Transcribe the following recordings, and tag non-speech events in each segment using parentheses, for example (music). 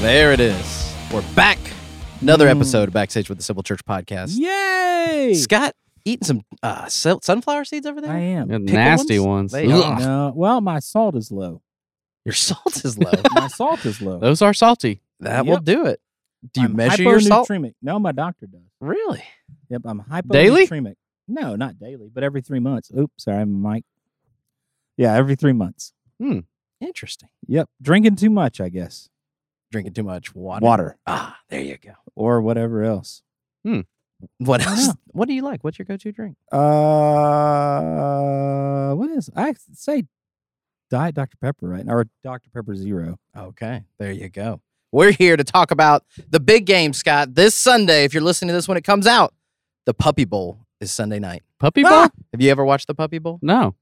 There it is. We're back. Another episode of Backstage with the Simple Church podcast. Yay! Scott eating some uh, sun- sunflower seeds over there. I am. Yeah, Pickle nasty ones? ones. They are Ugh. No, well, my salt is low. (laughs) Your salt is (laughs) (laughs) low. My salt is low. Those are salty. that will Yep. do it. Oh, Do you I'm measure your salt? hyponutremic. No, my doctor does. Really? Yep, I'm hyponutremic. Daily? No, not daily, but every three months. Oops, sorry, Mike. Yeah, every three months. Interesting. Yep, drinking too much, I guess. Drinking too much water. Water Ah, there you go. or whatever else. What I don't else? know. What do you like? What's your go-to drink? Uh, what is? I say Diet Dr Pepper, right? Or Dr Pepper Zero. Okay, there you go. We're here to talk about the big game, Scott. This Sunday, if you're listening to this when it comes out, the Puppy Bowl is Sunday night. Puppy Ah! bowl? Have you ever watched the Puppy Bowl? No.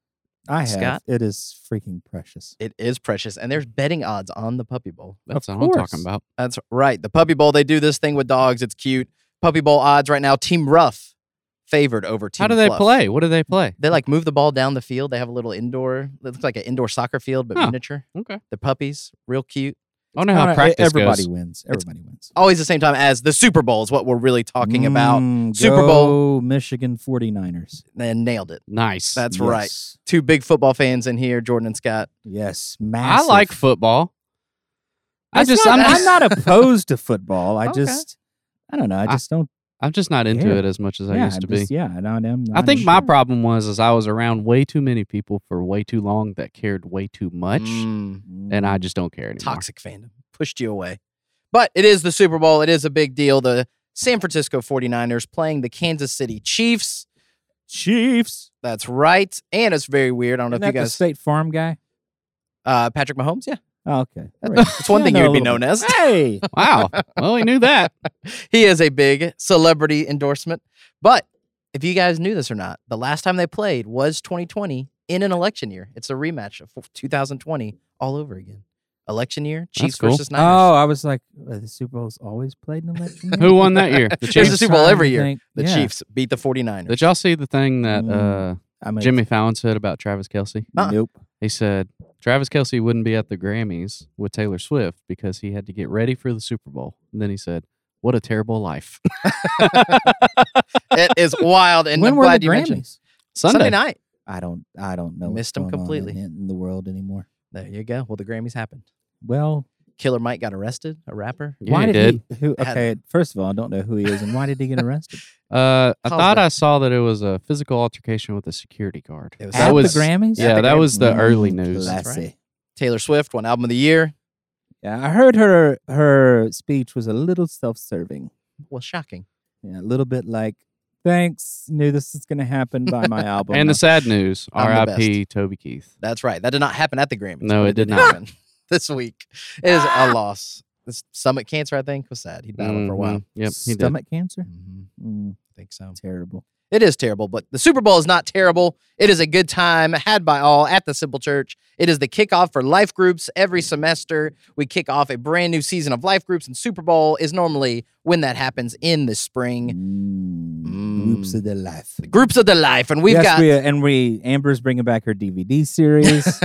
I have. Scott? It is freaking precious. It is precious, and there's betting odds on the Puppy Bowl. That's Of what I'm course. talking about. That's right. The Puppy Bowl, they do this thing with dogs. It's cute. Puppy Bowl odds right now, Team Rough favored over Team How do they Fluff. play? What do they play? They like move the ball down the field. They have a little indoor, it looks like an indoor soccer field, but Huh. miniature. Okay. The puppies, real cute. I don't know I how don't know, e- practice everybody goes. wins. Everybody wins. Always the same time as the Super Bowl is what we're really talking about. Mm, Super Bowl. go Michigan 49ers. And nailed it. Nice. That's right. Yes. Two big football fans in here, Jordan and Scott. Yes, I massive. like football. I It's just not- I'm I'm, (laughs) just not (laughs) opposed to football. I Okay. just I don't know. I I- just don't. I'm just not into Yeah. it as much as I yeah, used to I'm just- be. Yeah, and I am. I not think sure. my problem was is I was around way too many people for way too long that cared way too much, Mm, and I just don't care anymore. toxic fandom pushed you away. But it is the Super Bowl. It is a big deal. The San Francisco 49ers playing the Kansas City Chiefs. Chiefs. That's right. And it's very weird. I don't know Isn't if you that the guys State Farm guy. uh, Patrick Mahomes, yeah. Oh, okay, (laughs) That's, Right. that's one Yeah, thing (laughs) I you know would a be little known bit. as. (laughs) Hey, Wow. (laughs) Well, he knew that. He is a big celebrity endorsement. But if you guys knew this or not, the last time they played was 2020 in an election year. It's a rematch of 2020 all over again. Election year, Chiefs cool. versus Niners. oh, I was like, uh, the Super Bowl's always played (laughs) in election. year? Who (laughs) won (laughs) that year? The There's a Chiefs. Super Bowl Time every to year. think- The yeah. Chiefs beat the 49ers. Did y'all see the thing that uh, Mm. I mean, Jimmy Fallon said about Travis Kelsey? Uh-uh. Nope. He said Travis Kelsey wouldn't be at the Grammys with Taylor Swift because he had to get ready for the Super Bowl. And then he said, "What a terrible life." (laughs) it is wild. And when I'm were glad the you Grammys? mentioned Sunday. night. I don't. I don't know. what's Missed 'em going on in- completely. in, the world anymore. There you go. Well, the Grammys happened. Well, Killer Mike got arrested, a rapper. Yeah, why he did, did. he? Who, Had- okay, first of all, I don't know who he is, and why did (laughs) he get arrested? Uh, I How's thought that? I saw that it was a physical altercation with a security guard. It was that At was the Grammys. yeah, the that Grammys. was the Mm, early news. That's classy. right. Taylor Swift won album of the year. Yeah, I heard her her speech was a little self-serving. Well, shocking. Yeah, a little bit like, thanks, knew this is going to happen by (laughs) my album. And the sad news, I'm the R.I.P. Toby Keith. That's right. That did not happen at the Grammys. No, but it did not. happen (laughs) this week. It is a loss. This stomach cancer, I think, was sad. He battled for a while. Mm-hmm. Mhm. Yep, he did. stomach cancer. Mm, I think so. terrible. It is terrible, but the Super Bowl is not terrible. It is a good time had by all at the Simple Church. It is the kickoff for life groups every semester. We kick off a brand new season of life groups, and Super Bowl is normally when that happens in the spring. Mm, Groups Mm. of the life. Groups of the life, and we've yes, got we, and we Amber's bringing back her DVD series.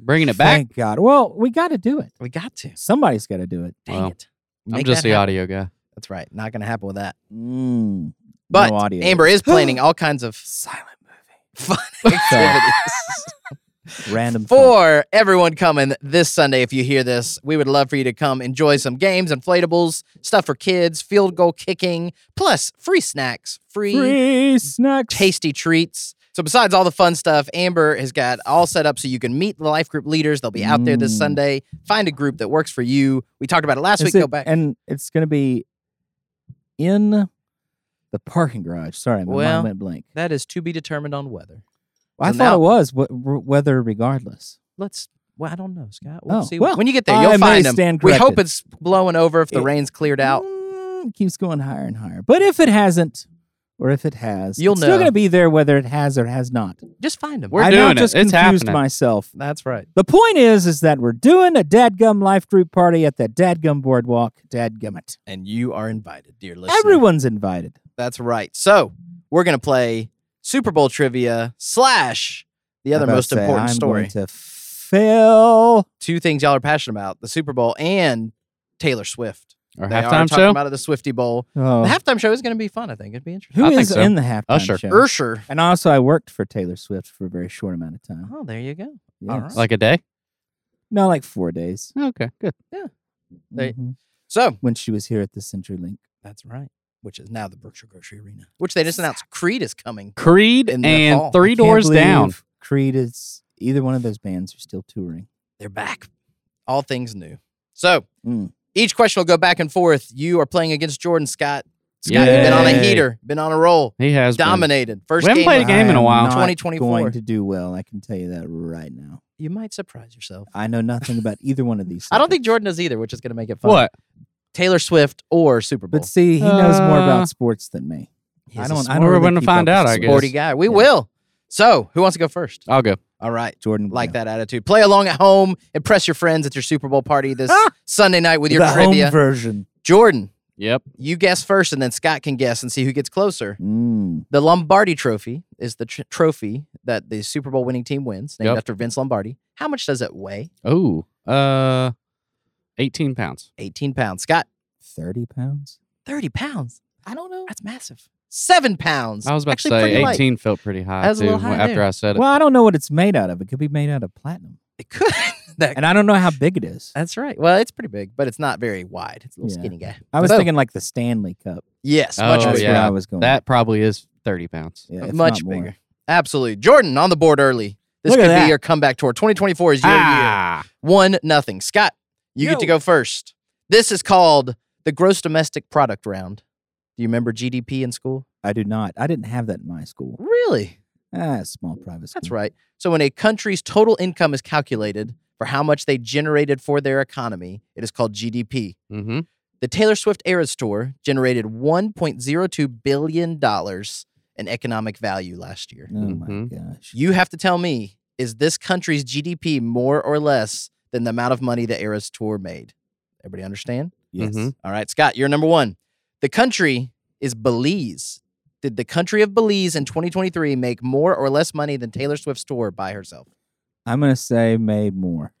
Bringing it (laughs) back. Thank God. Well, we got to do it. we got to. Somebody's got to do it. Dang Well, it! I'm Make just that the happen. audio guy. That's right. Not going to happen with that. Mm, But no audio. Amber is planning all kinds of (laughs) silent movie. fun activities. (laughs) Random thought. for everyone coming this Sunday. If you hear this, we would love for you to come enjoy some games, inflatables, stuff for kids, field goal kicking, plus free snacks, free, free snacks. tasty treats. So besides all the fun stuff, Amber has got all set up so you can meet the life group leaders. They'll be out there this Mm. Sunday. Find a group that works for you. We talked about it last Is week. it- Go back. And it's going to be in the parking garage. Sorry, my Well, mind went blank. that is to be determined on whether. I so thought now- it was w- w- weather regardless. Let's. Well, I don't know, Scott. We'll Oh, see. well, when you get there, I you'll may find them. stand We hope corrected. it's blowing over if the It- rain's cleared out. Mm, keeps going higher and higher. But if it hasn't, or if it has, You'll it's still know. going to be there whether it has or has not. Just find them. We're I now doing it. just It's confused happening. myself. That's right. The point is, is that we're doing a Dadgum Life Group party at the Dadgum Boardwalk. Dadgummit. and you are invited, dear listener. Everyone's invited. That's right. So we're gonna play Super Bowl trivia slash the other I'm about most to oh, say, important I'm story. Going to fail. Two things y'all are passionate about: the Super Bowl and Taylor Swift. Our They are halftime talking show. about it, the Swifty Bowl. Oh. The halftime show is going to be fun. I think it'd be interesting. Who I is think so. in the halftime Usher. show? Ursher. And also, I worked for Taylor Swift for a very short amount of time. Oh, there you go. all Yes. right. like a day. Oh, no, like four days Okay, good. They- Mhm. So when she was here at the CenturyLink. that's right. Which is now the Berkshire Grocery Arena, which they just announced Creed is coming. Creed In and the fall. I Three can't Doors Down. believe Creed is either one of those bands are still touring. They're back. All things new. So Mm. each question will go back and forth. You are playing against Jordan Scott. Scott, you've been on a Yay. heater, been on a roll, He has been. dominated. First haven't game. played a of- game in I am while. not 2024. going to do well. I can tell you that right now. You might surprise yourself. I know nothing about either one of these. (laughs) I don't subjects. think Jordan does either, which is going to make it fun. What? Taylor Swift or Super Bowl. But see, he knows more Uh, about sports than me. He's I a don't. I sp- don't We're really gonna keep find up with out, I sports. guess. sporty guy. We Yeah. will. So, who wants to go first? I'll go. All right. Jordan Like that attitude. Play along at home. Impress your friends at your Super Bowl party this Sunday night with your Ah! the trivia. home version. Jordan, Yep. you guess first, and then Scott can guess and see who gets closer. Mm. The Lombardi Trophy is the tr- trophy that the Super Bowl winning team wins, named Yep. after Vince Lombardi. How much does it weigh? Oh, uh, 18 pounds. 18 pounds. Scott, Thirty pounds. 30 pounds. I don't know. That's massive. Seven pounds. I was about Actually, to pretty say light. 18 felt pretty high That was a too little high after there. I said it. Well, I don't know what it's made out of. It could be made out of platinum, It could. (laughs) that- and I don't know how big it is. that's right. Well, it's pretty big, but it's not very wide. It's a little Yeah. skinny guy. I was So- thinking like the Stanley Cup. Yes, Oh, much That's bigger. where yeah. I was going. That probably is 30 pounds. Yeah, if much not more. bigger. Absolutely. Jordan on the board early. This Look at could that. be your comeback tour. 2024 is your year. ah, One nothing. Scott, you get to Yo. go first. This is called the gross domestic product round. Do you remember GDP in school? I do not. I didn't have that in my school. Really? Ah, small private school. That's right. So when a country's total income is calculated for how much they generated for their economy, it is called GDP. Mm-hmm. The Taylor Swift Eras Tour generated 1.02 billion dollars in economic value last year. Oh my Mhm. gosh. Mm-hmm. You have to tell me, is this country's GDP more or less than the amount of money the Eras Tour made? Everybody understand? yes. Mhm. All right, Scott, you're number one. The country is Belize. Did the country of Belize in 2023 make more or less money than Taylor Swift's tour by herself? I'm gonna say made more.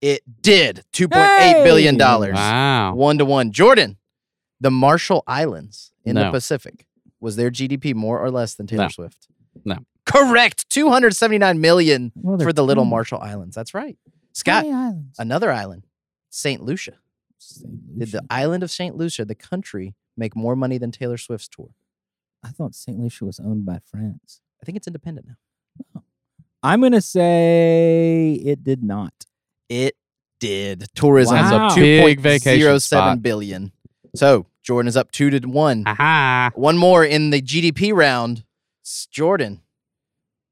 It did. Two point eight billion dollars. Wow. One to one. Jordan, the Marshall Islands in the No. Pacific. Was their GDP more or less than Taylor No. Swift? No. Correct. 279 million Well, they're for the little tiny. Marshall Islands. That's right. Scott, Tiny islands. another island, St. Lucia. Saint Did the Lucia. island of St. Lucia, the country, make more money than Taylor Swift's tour? I thought Saint Lucia was owned by France. I think it's independent now. I'm gonna say it did not. It did. Tourism is Wow. up Big vacation 2.07 spot. Ah. billion. So Jordan is up two to one. Aha. One more in the GDP round. S- Jordan,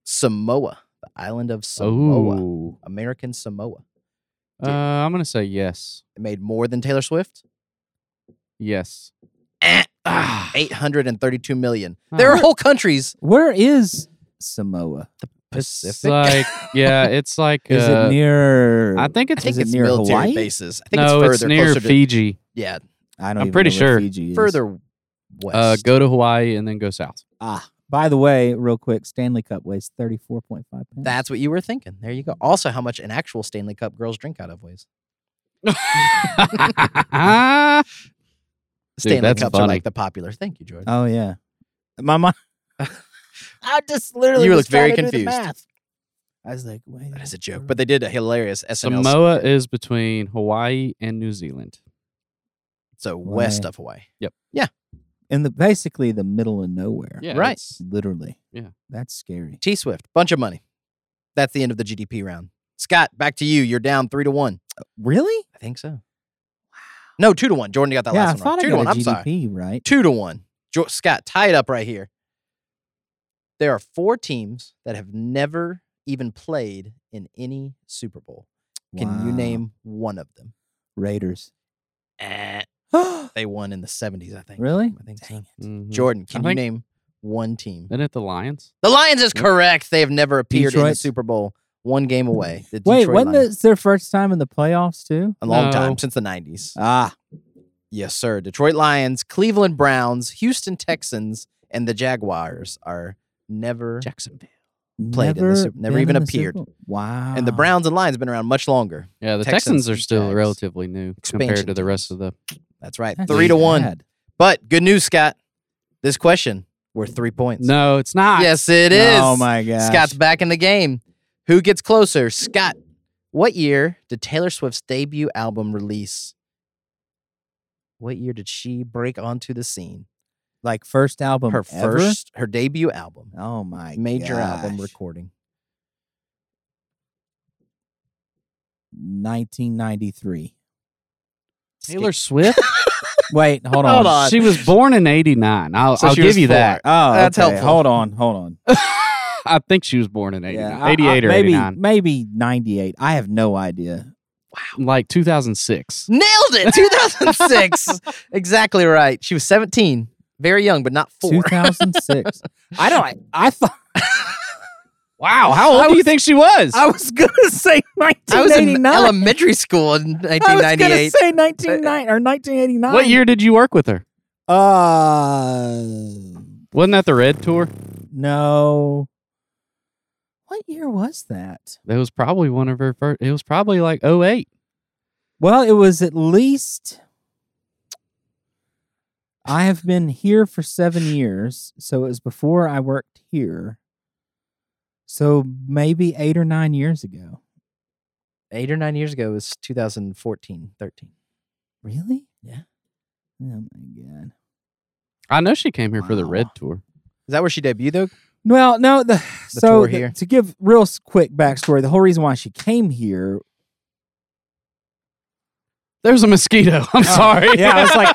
Samoa, the island of Samoa, Oh. American Samoa. Uh, I'm gonna say yes. It made more than Taylor Swift. Yes. Ah. 832 million. There Oh. are whole countries. Where is Samoa? (laughs) It's like yeah, it's like Is uh, it near? I think it's I think it it's near military Hawaii? bases. I think no, it's it's, further near closer to Fiji. yeah, I don't. I'm even pretty know where sure. Fiji is. further west. Uh, go to Hawaii and then (laughs) go south. (laughs) Ah, by the way, real quick, Stanley Cup weighs 34.5 pounds. That's what you were thinking. There you go. Also, how much an actual Stanley Cup girls drink out of weighs? Stanley that's Cups are funny. like the popular. Thank you, Jordan. Oh yeah, my mom. I just literally. You was look very trying to do the confused. math. I was like, wait. that is a joke, but they did a hilarious SNL. s- Samoa is between Hawaii and New Zealand. So west Hawaii. of Hawaii. in the basically the middle of nowhere. Yeah, Right. it's- Literally. Yeah. That's scary. T Swift, bunch of money. That's the end of the GDP round. Scott, back to you. You're down three to one. Uh, Really? I think so. Wow. No, two to one. Jordan, you got that yeah, I last one. thought Right. Two I to got one. a I'm sorry. GDP right. Two to one. Jo- Scott, tie it up right here. There are four teams that have never even played in any Super Bowl. Can you Wow. name one of them? Raiders? Eh. They won in (gasps) the 70s, I think. Really? I think so. Mhm. Jordan, I can you think- name one team? Isn't it the Lions? The Lions is correct. They have never appeared in the Detroit? Super Bowl. One game (laughs) away. The Wait, Oh. Detroit wasn't Lions. Um, this their first time in the playoffs too? A long No. time since the 90s. Ah, Yes, sir. Detroit Lions, Cleveland Browns, Houston Texans, and the Jaguars are never Jacksonville. played in the never, Super- never been even in the appeared. Super Bowl. Wow. And the Browns and Lions have been around much longer. Yeah, the Texans Texans, and are still Jags. relatively new Expansion compared to the rest of the. That's right. That's three to one. bad. But good news, Scott. This question, we're three points. No, it's not. Yes, it is. Oh my god. Scott's back in the game. Who gets closer? Scott, what year did Taylor Swift's debut album release? What year did she break onto the scene? like first album. her ever? first, her debut album, Oh my. major album gosh. recording. 1993. Taylor Swift. Wait, hold on. Hold on. she was born in '89. I'll, So I'll she give was you four. that. Oh, That's okay. helpful. Hold on, hold on. I think she was born in '89, Yeah, I- I- '88 or maybe '89, maybe 98. I have no idea. like 2006. Nailed (laughs) it. 2006. exactly right. She was 17, very young, but not four. 2006. I don't. I, I thought (laughs) Wow, how old I do you was- think she was? I was gonna say (laughs) I was in 1989. elementary school in I was gonna 1998. say 1990 or 1989. what year did you work with her? Uh, Wasn't that the Red Tour? no. What year was that? That was probably one of her first. It was probably like 08. Well, it was at least. I have been here for seven years, so it was before I worked here. So maybe eight or nine years ago. Eight or nine years ago it was 2014, 13. Really? Yeah. Oh my god. I know she came here for the Wow. Red Tour. Is that where she debuted though? Well, no. The, (sighs) so tour the- here. to give real s- quick backstory, the whole reason why she came here. There's a mosquito. (laughs) I'm sorry. Oh, uh, yeah, I was (laughs) like-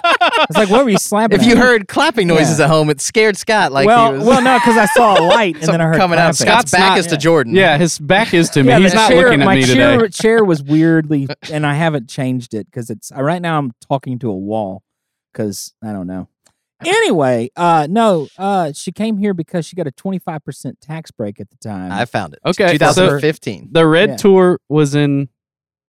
It's like, what were you slapping? If you at? heard clapping noises at home, it scared Scott. Like well, he was (laughs) well, no, because I (laughs) saw a light and then I heard coming out. clapping. Scott's Scott's back not- is to yeah. Jordan. yeah, his back is to (laughs) me. Yeah, He's the not chair- looking at my me chair, today. (laughs) chair was (laughs) weirdly, and I haven't changed it because it's uh, right now. I'm talking to a wall because I don't know. Anyway, uh, no, uh, she came here because she got a 25 percent tax break at the time. I found it. Okay, so 2015. the Red Yeah. Tour was in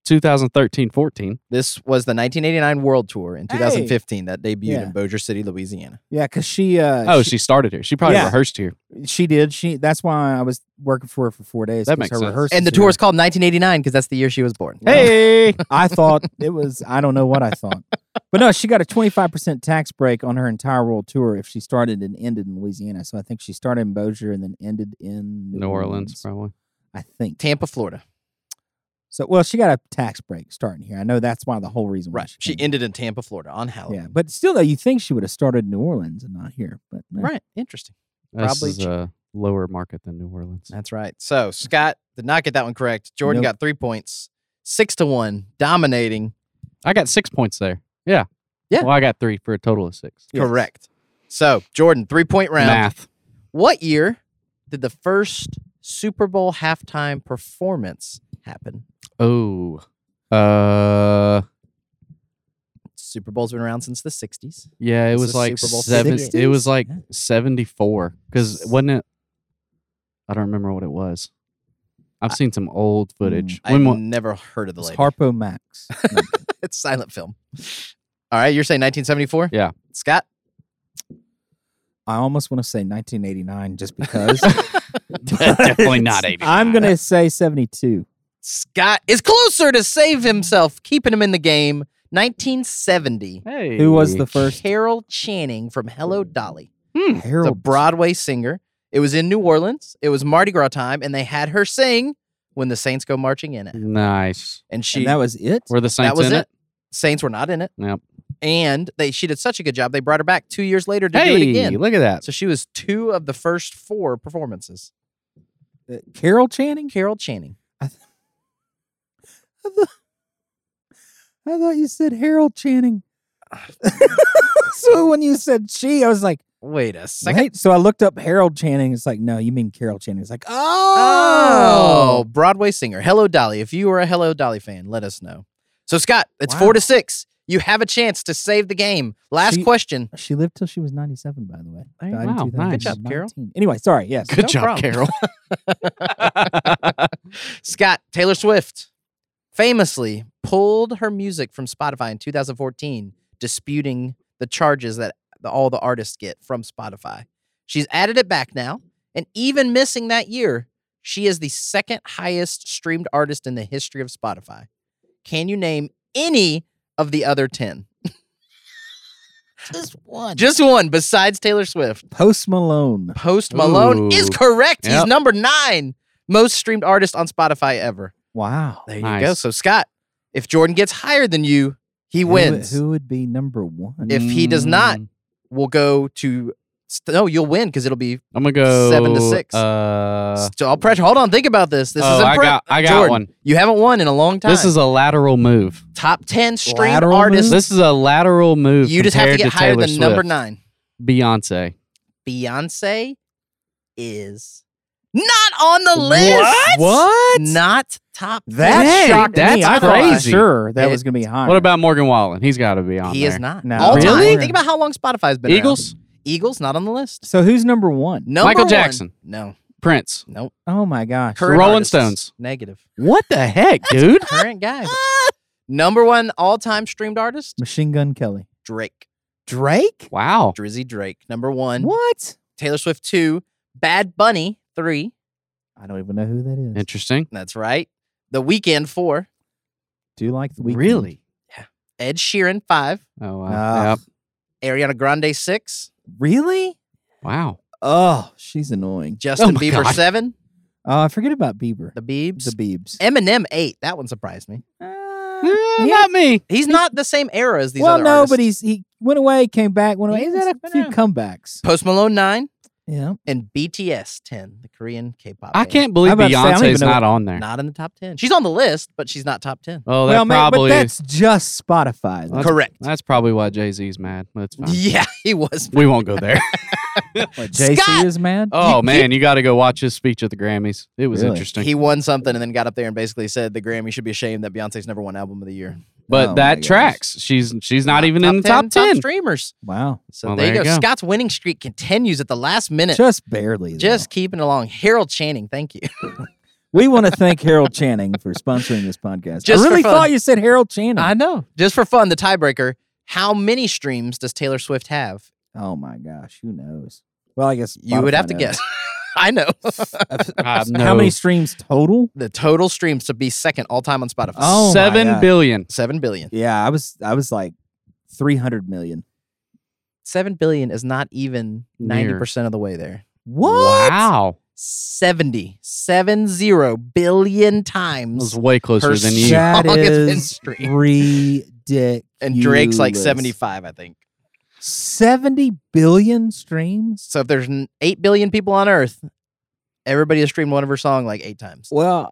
2013-14. This was the 1989 World Tour in Hey. 2015 that debuted Yeah. in Bossier City, Louisiana. yeah, because she, uh, Oh, she started here. She probably Yeah. rehearsed here. she, she did. She that's why I was working for her for four days. That 'cause makes her sense. rehearsals And the here. tour is called 1989 because that's the year she was born. (laughs) Hey, (laughs) I thought it was I don't know what I thought. But no, she got a 25% tax break on her entire world tour if she started and ended in Louisiana. So I think she started in Bossier and then ended in New Orleans, probably. I think. Tampa, Florida. So well, she got a tax break starting here. I know that's why the whole reason why Right. She came. ended in Tampa, Florida on Halloween. Yeah, but still though you think she would have started in New Orleans and not here, but eh. Right. Interesting. This Probably is cheap. a lower market than New Orleans. That's right. So Scott did not get that one correct. Jordan Nope. got three points, six to one, dominating. I got six points there. Yeah. Yeah. Well, I got three for a total of six. Yes. Correct. So Jordan, three point round. Math. What year did the first Super Bowl halftime performance happen? Oh. Uh. Super Bowl's been around since the 60s. Yeah. It It's was the like Super Bowl seven. 60s? It was like Yeah. seventy four. Because wasn't it? I don't remember what it was. I've seen some old footage. I've when wa- never heard of the It's lady. Harpo Max. No. (laughs) it's silent film. All right, you're saying 1974? Yeah. Scott? I almost want to say (laughs) 1989 just because. (laughs) Definitely not 89. I'm going to say 72. Scott is closer to save himself, keeping him in the game. 1970. hey. Who was the first Carol Channing from Hello Dolly. It's a Harold Broadway singer. It was in New Orleans. It was Mardi Gras time, and they had her sing when the Saints go marching in it. Nice. And she And that was it? Were the Saints that was in it. Saints were not in it. Yep. And they she did such a good job. They brought her back two years later to do it Hey, again. look at that. So she was two of the first four performances. Uh, Carol Channing? Carol Channing. I, th- I, th- I thought you said Harold Channing. so when you said she, I was like, Wait a second. wait. So I looked up Harold Channing. It's like, no, you mean Carol Channing. It's like, Oh, oh, Broadway singer. Hello Dolly. If you are a Hello Dolly fan, let us know. So Scott, it's four Wow. to six. You have a chance to save the game. Last She- question. "Oh!" she lived till she was ninety-seven. By the way, Hey, Died in wow, Good 2019. nice. job, Carol. Anyway, sorry. Yes, Good No job, problem. (laughs) Carol. Scott, Taylor Swift famously pulled her music from Spotify in 2014, disputing the charges that the, all the artists get from Spotify. She's added it back now and even missing that year She is the second highest streamed artist in the history of Spotify. Can you name any of the other 10? Just one. Just one besides Taylor Swift. Post Malone. Post Malone is Ooh. correct. He's Yep. number nine most streamed artist on Spotify ever. Wow. There Nice. you go. So, Scott, if Jordan gets higher than you, he Who- wins. Who, would be number one? If he does not- Mm, We'll go to. st- No, you'll win because it'll be. I'm gonna go Seven to six. Uh, st- all pressure. Hold on. Think about this. This oh, is I impressive. got, I got Jordan, one. You haven't won in a long time. This is a lateral move. top 10 streamed Lateral artists. This is a lateral move. You just have to get compared higher Taylor than number Swift. nine. Beyonce. Beyonce is not on the list. What? Not top. That ten. shocked that's me. I thought for crazy. sure that It- was gonna be high. What about Morgan Wallen? He's got to be on. He there. is not. No. All time. Really? Think about how long Spotify's been. around. Eagles. Eagles not on the list. So who's number one? Number Michael one. Jackson. No. Prince. Nope. Oh my gosh. Current Rolling artists. Stones. Negative. What the heck, (laughs) dude? Current guy. Number one all time streamed artist. Machine Gun Kelly. Drake. Drake? (laughs) Wow. Drizzy Drake. Number one. What? Taylor Swift two. Bad Bunny three. I don't even know who that is. Interesting. That's right. The Weekend four. Do you like the weekend? Really? Ed Sheeran five. Oh wow. Ah. Yep. Ariana Grande six. Really? Wow. Oh, she's annoying. Justin my Bieber God. seven. Oh, I forget about Bieber. The Eh, The, Biebs. Biebs. Eminem eight. That one surprised me. Eh, yeah. Not me. He's not the same era as these well, other no, artists. but he's he went away, came back, went away. He's He's had a been few around. comebacks. Post Malone nine Yeah. and BTS ten, the Korean K-pop. I band. can't believe I'm about to say, I don't Beyonce's even know- not on there. Not in the top ten. She's on the list, but she's not top ten. Oh, that well, man, probably. but that's just Spotify. though. That's- Correct. that's probably why Jay Z's mad. That's fine. Yeah, (laughs) he was. (laughs) We won't go there. What, JC Scott! is mad. Oh You- man, you got to go watch his speech at the Grammys. It was Really? interesting. He won something and then got up there and basically said the Grammy should be ashamed that Beyonce's never won album of the year. but Oh my that gosh. tracks. She's she's not, even in the top 10 ten. streamers. Wow. So Well, there, there you you go. go. Scott's winning streak continues at the last minute. Just, Just barely. though. keeping along. Harold Channing, thank you. we want to thank Harold Channing for sponsoring this podcast. Just I for really fun. thought you said Harold Channing. know. (laughs) Just for fun, the tiebreaker. How many streams does Taylor Swift have? oh my gosh, who knows? Well, I guess You would Spotify have to knows. guess. (laughs) I know. I (laughs) have How no- many streams total? the total streams to be second all time on Spotify. Oh, my Seven God. billion. Seven billion. Yeah, I was I was like three hundred million. Seven billion is not even Near. 90% of the way there. What? Wow, 70, 70 billion that was times. way closer Her than you. shit. That Long it's been is streamed. (laughs) ridiculous. And Drake's like 75, I think. Seventy billion streams. So if there's n- 8 billion people on earth, everybody has streamed one of her song like eight times. Well,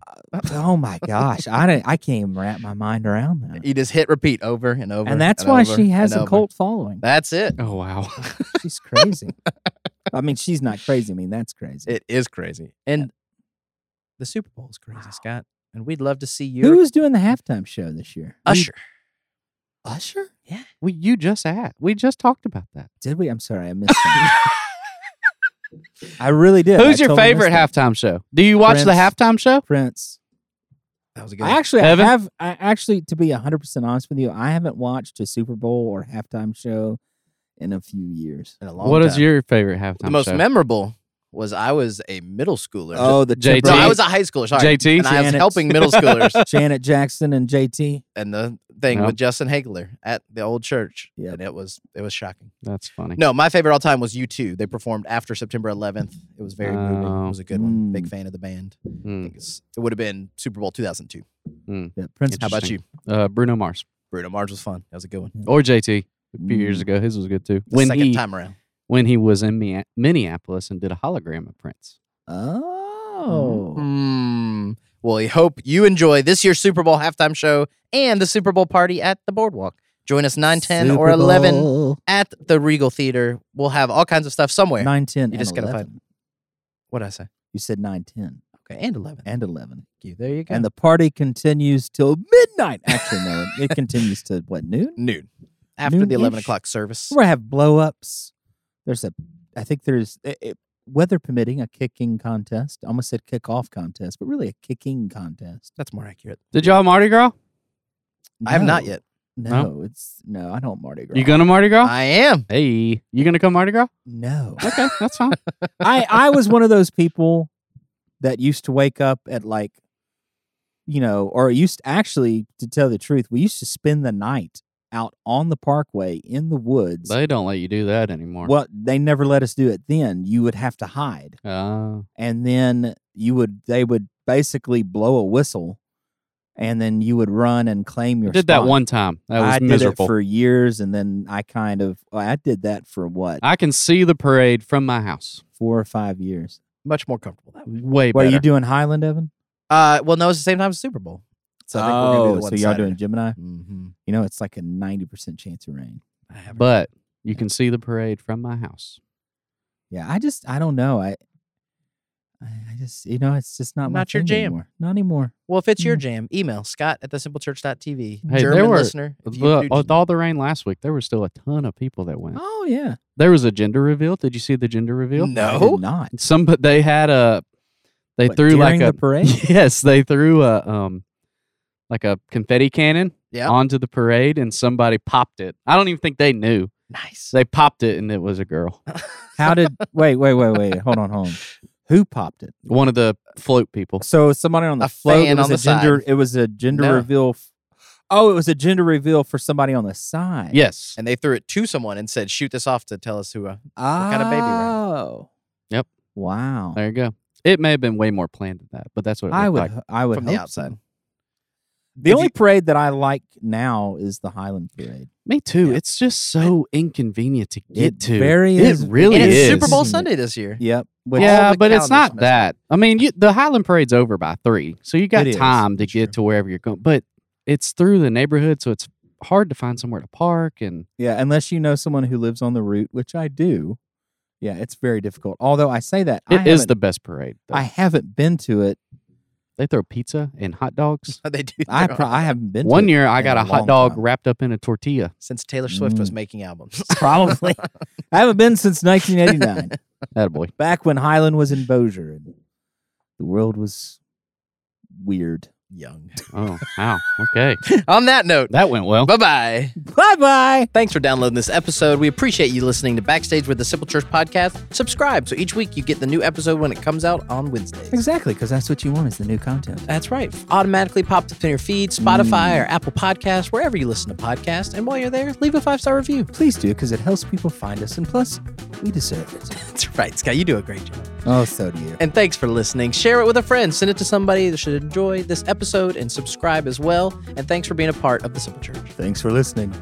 oh my gosh, I don't, I can't even wrap my mind around that. You just hit repeat over and over. And that's why over she has and a over. cult following. (laughs) That's it. Oh wow. (laughs) She's crazy. I mean, she's not crazy. I mean, that's crazy. It is crazy. And the Super Bowl is crazy, Scott. And we'd love to see you. Who was doing the halftime show this year? We- Usher? Usher? We you just at we just talked about that. Did we? I'm sorry, I (laughs) missed that. I really did. Who's I your totally missed favorite that. halftime show? Do you watch the Prince. halftime show? Prince? That was a good. I actually I Evan? have. I actually, to be 100 percent honest with you, I haven't watched a Super Bowl or halftime show in a few years. in a long What is time. your favorite halftime? the most show? memorable was I was a middle schooler. Oh, the JT. no, Timberlake- I was a high schooler. Sorry, JT? and I was Janet. helping middle schoolers (laughs) Janet Jackson and JT. and the thing Yeah. with Justin Hagler at the old church, Yep. and it was it was shocking. That's funny. No, my favorite all time was U2. They performed after September 11th. It was very moving. It Oh. was a good one. Big Mm. fan of the band. I Mm. think it's, it would have been Super Bowl 2002. Yeah, Prince. How about you? Uh, Bruno Mars Bruno Mars was fun. That was a good one. or JT a few years Mm. ago. His was good too. The when second he time around. when he was in Mia- Minneapolis and did a hologram of Prince. Oh, Hmm. Well, we hope you enjoy this year's Super Bowl halftime show and the Super Bowl party at the Boardwalk. Join us 9, 10, or Super 11 Bowl. at the Regal Theater. We'll have all kinds of stuff somewhere. Nine ten. You and just gotta 11. What did I say? You said nine ten Okay, and 11. and eleven. you. There you go. And the party continues till midnight. Actually, no, it, it continues to what noon. noon. After the 11 Noon-ish. o'clock service. We're gonna have blow ups. There's a, I think there's i i- weather permitting a kicking contest. I almost said kickoff contest, but really a kicking contest. That's more accurate. Did y'all Mardi Gras? I have not No, yet. No, it's no. I don't Mardi Gras. You going to Mardi Gras? I am. hey, (laughs) you going to come Mardi Gras? No. Okay, that's fine. I I was one of those people that used to wake up at like, you know, or used actually to tell the truth, we used to spend the night out on the parkway in the woods. They don't let you do that anymore. well, they never let us do it then. You would have to hide. Ah, and then you would they would basically blow a whistle and then you would run and claim I your did that spot. one time. That was I did miserable. it for years and then I kind of well, I did that for what I can see the parade from my house. 4 or 5 years. Much more comfortable that way. Way What better. are you doing Highland Evan? Uh, well, no, it's the same time as Super Bowl. So I think we're gonna do oh, the so one y'all Saturday. doing Gemini? Mhm. You know it's like a 90% chance of rain. I haven't- But you can see the parade from my house. Yeah, I just I don't know. I I I just you know it's just not my Not your thing jam. anymore. Not anymore. well, if it's your Mm. jam, email Scott at thesimplechurch.tv. Hey, German there were- listener. if you Look, do- with all the rain last week, there was still a ton of people that went. Oh yeah. There was a gender reveal. Did you see the gender reveal? I no. did not. Some, but they had a. Oh. They What, threw like during a the parade? (laughs) Yes, they threw a um, like a confetti cannon Yeah. onto the parade, and somebody popped it. I don't even think they knew. Nice. They popped it, and it was (laughs) a girl. How (laughs) did wait, wait, wait, wait. Hold on, hold on. Who popped it? One of the float people. So somebody on the A float. fan it was on a the side. gender. It was a gender No. reveal. f- Oh, it was a gender reveal for somebody on the side. Yes, and they threw it to someone and said, shoot this off to tell us who. Uh, Oh. kind of baby we're in. Yep. Wow. there you go. It may have been way more planned than that, but that's what it I looked would. like. ho- I would. from the hope outside. So. The If only you- parade that I like now is the Highland Parade. Me too. Yeah. It's just so inconvenient to get It to. very it is- really and it it's is. Super Bowl Isn't it? Sunday this year. Yep. Which, Yeah, the but it's calendars not messed that. I mean, you, the Highland Parade's over by three, so you got It is, time to that's get true. to wherever you're going. But it's through the neighborhood, so it's hard to find somewhere to park. And Yeah. Unless you know someone who lives on the route, which I do. Yeah, it's very difficult. Although I say that it I is haven't- the best parade. though. I haven't been to it. they throw pizza and hot dogs. (laughs) they do. I throw- pro- I haven't been to One it year, I in got a a hot long dog time. wrapped up in a tortilla. since Taylor Swift was Mm. making albums. (laughs) (laughs) Probably. I haven't been since 1989. Attaboy. back when Highland was in Bossier and the world was weird. Young. (laughs) Oh, wow. Okay. On that note, That went well. bye bye. Bye bye. Thanks for downloading this episode. We appreciate you listening to Backstage with the Simple Church podcast. Subscribe so each week you get the new episode when it comes out on Wednesdays. Exactly, because that's what you want is the new content. That's right. Automatically popped up in your feed, Spotify Mm. or Apple Podcasts, wherever you listen to podcasts. And while you're there, leave a five star review. (laughs) Please do, because it helps people find us, and plus, we deserve it. That's right, Scott. You do a great job. Oh, so do you. And thanks for listening. Share it with a friend. Send it to somebody that should enjoy this episode and subscribe as well. And thanks for being a part of the Simple Church. Thanks for listening.